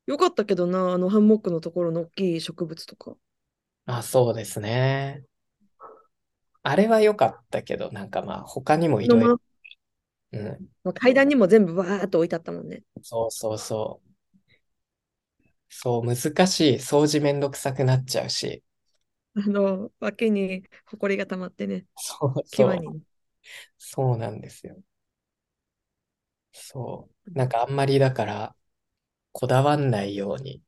Speaker 1: 良かったけどな、あのハンモックのところの大きい植物とか。
Speaker 2: あ、そうですね。あれは良かったけど、なんかまあ他にもい
Speaker 1: の
Speaker 2: ろい
Speaker 1: ま、
Speaker 2: ろ、うん、
Speaker 1: まあ階段にも全部わーっと置いてあったもんね。
Speaker 2: そうそうそう、そう難しい、掃除めんどくさくなっちゃうし、
Speaker 1: あの、脇に埃が溜まってね、
Speaker 2: そう
Speaker 1: 際
Speaker 2: そう、
Speaker 1: に。
Speaker 2: そうなんですよ。そう、なんかあんまりだからこだわんないように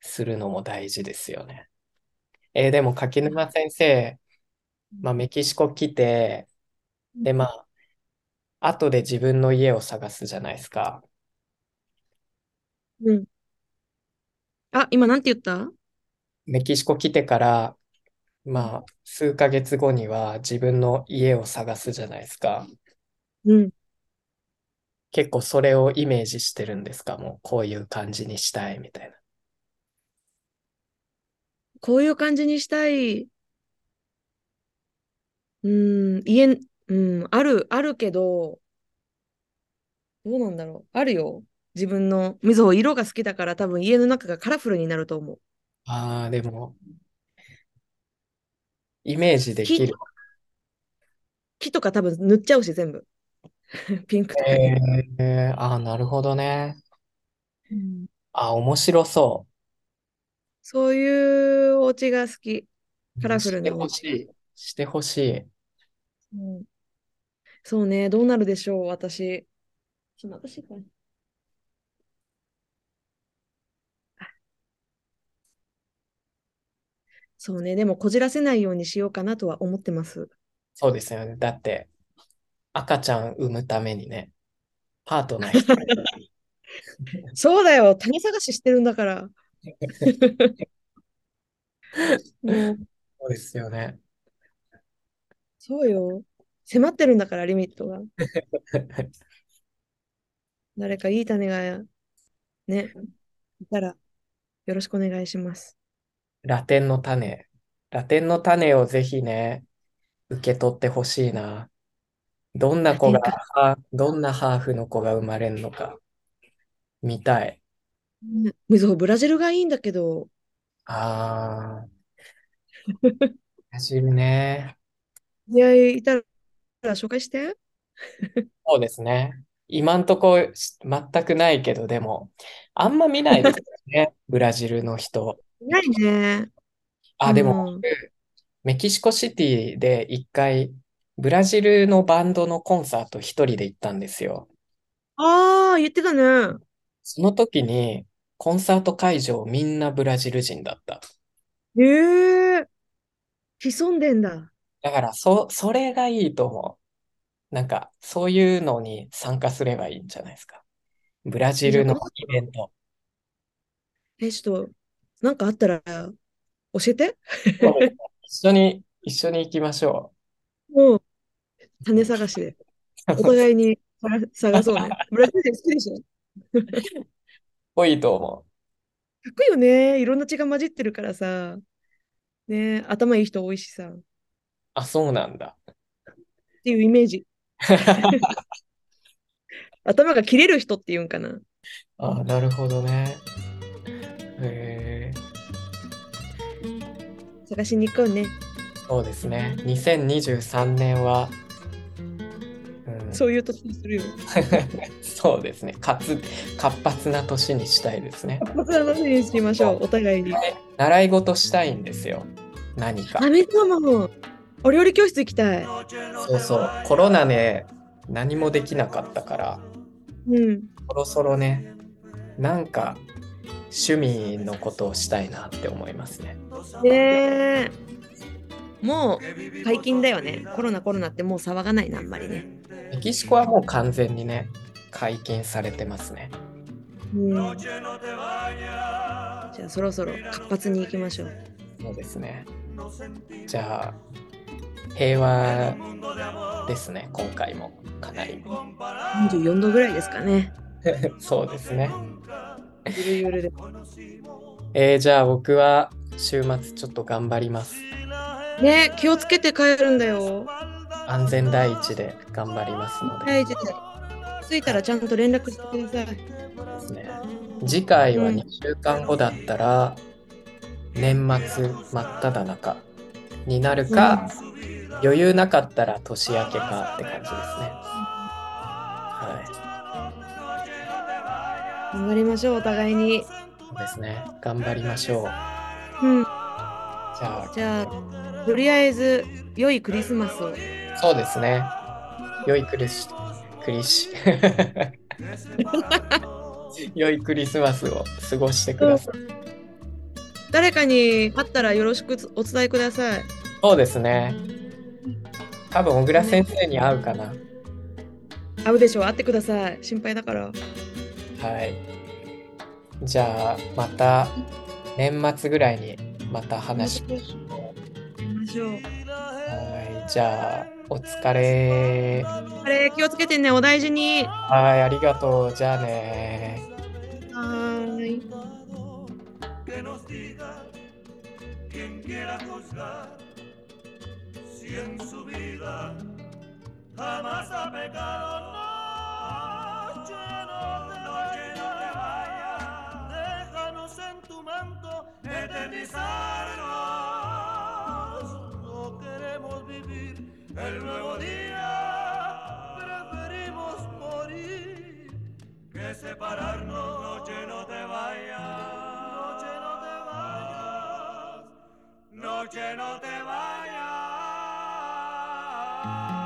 Speaker 2: するのも大事ですよね。えーでも柿沼先生、まあメキシコ来て、でまあ、後で自分の家を探すじゃないですか。
Speaker 1: うん。あ、今なんて言った
Speaker 2: メキシコ来てから、まあ、数ヶ月後には自分の家を探すじゃないですか。
Speaker 1: うん。
Speaker 2: 結構それをイメージしてるんですかもうこういう感じにしたいみたいな。
Speaker 1: こういう感じにしたい。うん、家、うん、ある、あるけど、どうなんだろう。あるよ。自分の、みずほ色が好きだから多分家の中がカラフルになると思う。
Speaker 2: ああ、でも、イメージでき
Speaker 1: 木、
Speaker 2: る。
Speaker 1: 木とか多分塗っちゃうし、全部。 ピンクとかに。
Speaker 2: えー、ああ、なるほどね。
Speaker 1: うん
Speaker 2: あ、面白そ
Speaker 1: そういうお家が好き。
Speaker 2: う。
Speaker 1: カ
Speaker 2: うん
Speaker 1: ラフ
Speaker 2: し
Speaker 1: ル
Speaker 2: て
Speaker 1: なお
Speaker 2: ほ
Speaker 1: 家。
Speaker 2: しい。してほしい。
Speaker 1: うんそうね、どうなるでしょう、私。ちょっと私これそうね、でもこじらせないようにしようかなとは思ってます。
Speaker 2: そうですよね。だって、赤ちゃん産むためにね、パートナー必要。
Speaker 1: そうだよ、種探ししてるんだから。 もう、
Speaker 2: そうですよね。
Speaker 1: そうよ。迫ってるんだから、リミットが。誰かいい種がね、いたらよろしくお願いします。
Speaker 2: ラテンの種。ラテンの種をぜひね、受け取ってほしいな。どんな
Speaker 1: ラ
Speaker 2: 子
Speaker 1: テ
Speaker 2: が、
Speaker 1: ンか。
Speaker 2: ハーどんなハーフの子が生まれるのか、見たい。
Speaker 1: ねみずほ、ブラジルがいいんだけ ど、
Speaker 2: ああ、ブラジルね。
Speaker 1: 出会いいたら紹介して。
Speaker 2: そうですね。今んとこし全くないけど、でも、あんま見ないですよ ね、ブラジルの人。
Speaker 1: ないね。う
Speaker 2: あ、でも、
Speaker 1: ん。
Speaker 2: メキシコシティで一回、ブラジルのバンドのコンサート一人で行ったんですよ。
Speaker 1: ああ、言ってたね。
Speaker 2: その時に、コンサート会場みんなブラジル人だった。
Speaker 1: ええ潜んでんだ。
Speaker 2: だから、そ、それがいいと思う。なんか、そういうのに参加すればいいんじゃないですか。ブラジ
Speaker 1: え、じゃ
Speaker 2: ル
Speaker 1: あ
Speaker 2: の
Speaker 1: 今度、
Speaker 2: イベント。
Speaker 1: え、ちょっと、なんかあったら教えて。
Speaker 2: そうですね一緒に、一緒に行きましょ
Speaker 1: もう、種探し で。
Speaker 2: う。
Speaker 1: お互いに探探そう ね。ブラジル人好きでしょ
Speaker 2: ぽいと思
Speaker 1: かっこいいよね。いろんな血が混じってるからさ。ね、頭いい人多いしさ。っ
Speaker 2: う。あ、そうなんだ。
Speaker 1: ていうイメー ジ。頭が切れる人っていうんかな。
Speaker 2: あ、なるほどね。へえ、
Speaker 1: 探しに行こうね。
Speaker 2: そうですね。2023年は、うん、
Speaker 1: そういう年にするよ。
Speaker 2: そうですね。かつ、活発な年にしたいですね。
Speaker 1: 活発な年にしましょう。お互いに。
Speaker 2: 習い事したいんですよ。何か。
Speaker 1: ダメかも。お料理教室行きたい。
Speaker 2: そうそう。コロナね、何もできなかったから、
Speaker 1: うん。
Speaker 2: そろそろね、なんか趣味のことをしたいなって思いますね。
Speaker 1: ねえ。もう解禁だよね。コロナコロナってもう騒がないな、あんまりね。
Speaker 2: メキシコはもう完全にね、解禁されてますね。
Speaker 1: うん。じゃあそろそろ活発に行きましょう。
Speaker 2: そうですね。じゃあ、平和ですね、今回も。かなり。
Speaker 1: 44度ぐらいですかね。
Speaker 2: そうですね。
Speaker 1: ゆるゆるで。
Speaker 2: えーじゃあ僕は週末ちょっと頑張ります。
Speaker 1: ねえ、気をつけて帰るんだよ。
Speaker 2: 安全第一で頑張りますので。
Speaker 1: 大事で。着いたらちゃんと連絡してください。
Speaker 2: ですね。次回は
Speaker 1: うん。
Speaker 2: 2週間後だったら、年末真っ只中になる
Speaker 1: うん。
Speaker 2: か、余裕なかったら年明けかって感じですね。はい。
Speaker 1: 頑張りましょう、お互いに。
Speaker 2: そうですね。頑張りましょう。
Speaker 1: うん。
Speaker 2: じゃあ、
Speaker 1: じゃあ、とりあえず、良いクリスマスを。
Speaker 2: そうですね。良いクリス、クリス、良いクリスマスを過ごしてく
Speaker 1: う
Speaker 2: だ
Speaker 1: ん
Speaker 2: さい。
Speaker 1: 誰かに会ったらよろしくお伝えください。
Speaker 2: そうですね。多分、小倉
Speaker 1: ね。
Speaker 2: 先生に会うかな。
Speaker 1: 会うでしょう、会ってください。心配だから。
Speaker 2: はい。じゃあ、また年末ぐらいにまた
Speaker 1: ま
Speaker 2: 話
Speaker 1: た
Speaker 2: し
Speaker 1: や
Speaker 2: ましょ
Speaker 1: りましょう。
Speaker 2: う。はい。じゃあ、お疲れ。
Speaker 1: あれ、気をつけてね、お大事に。は
Speaker 2: はい、ありがとう。じゃあね。
Speaker 1: ーい。
Speaker 3: si en su vida jamás ha pecado. Noche, no te vayas, déjanos en tu manto eternizarnos. No queremos vivir el nuevo día, preferimos morir que separarnos. Noche, no te vayas, noche, no te vayas. Noche no te vayas.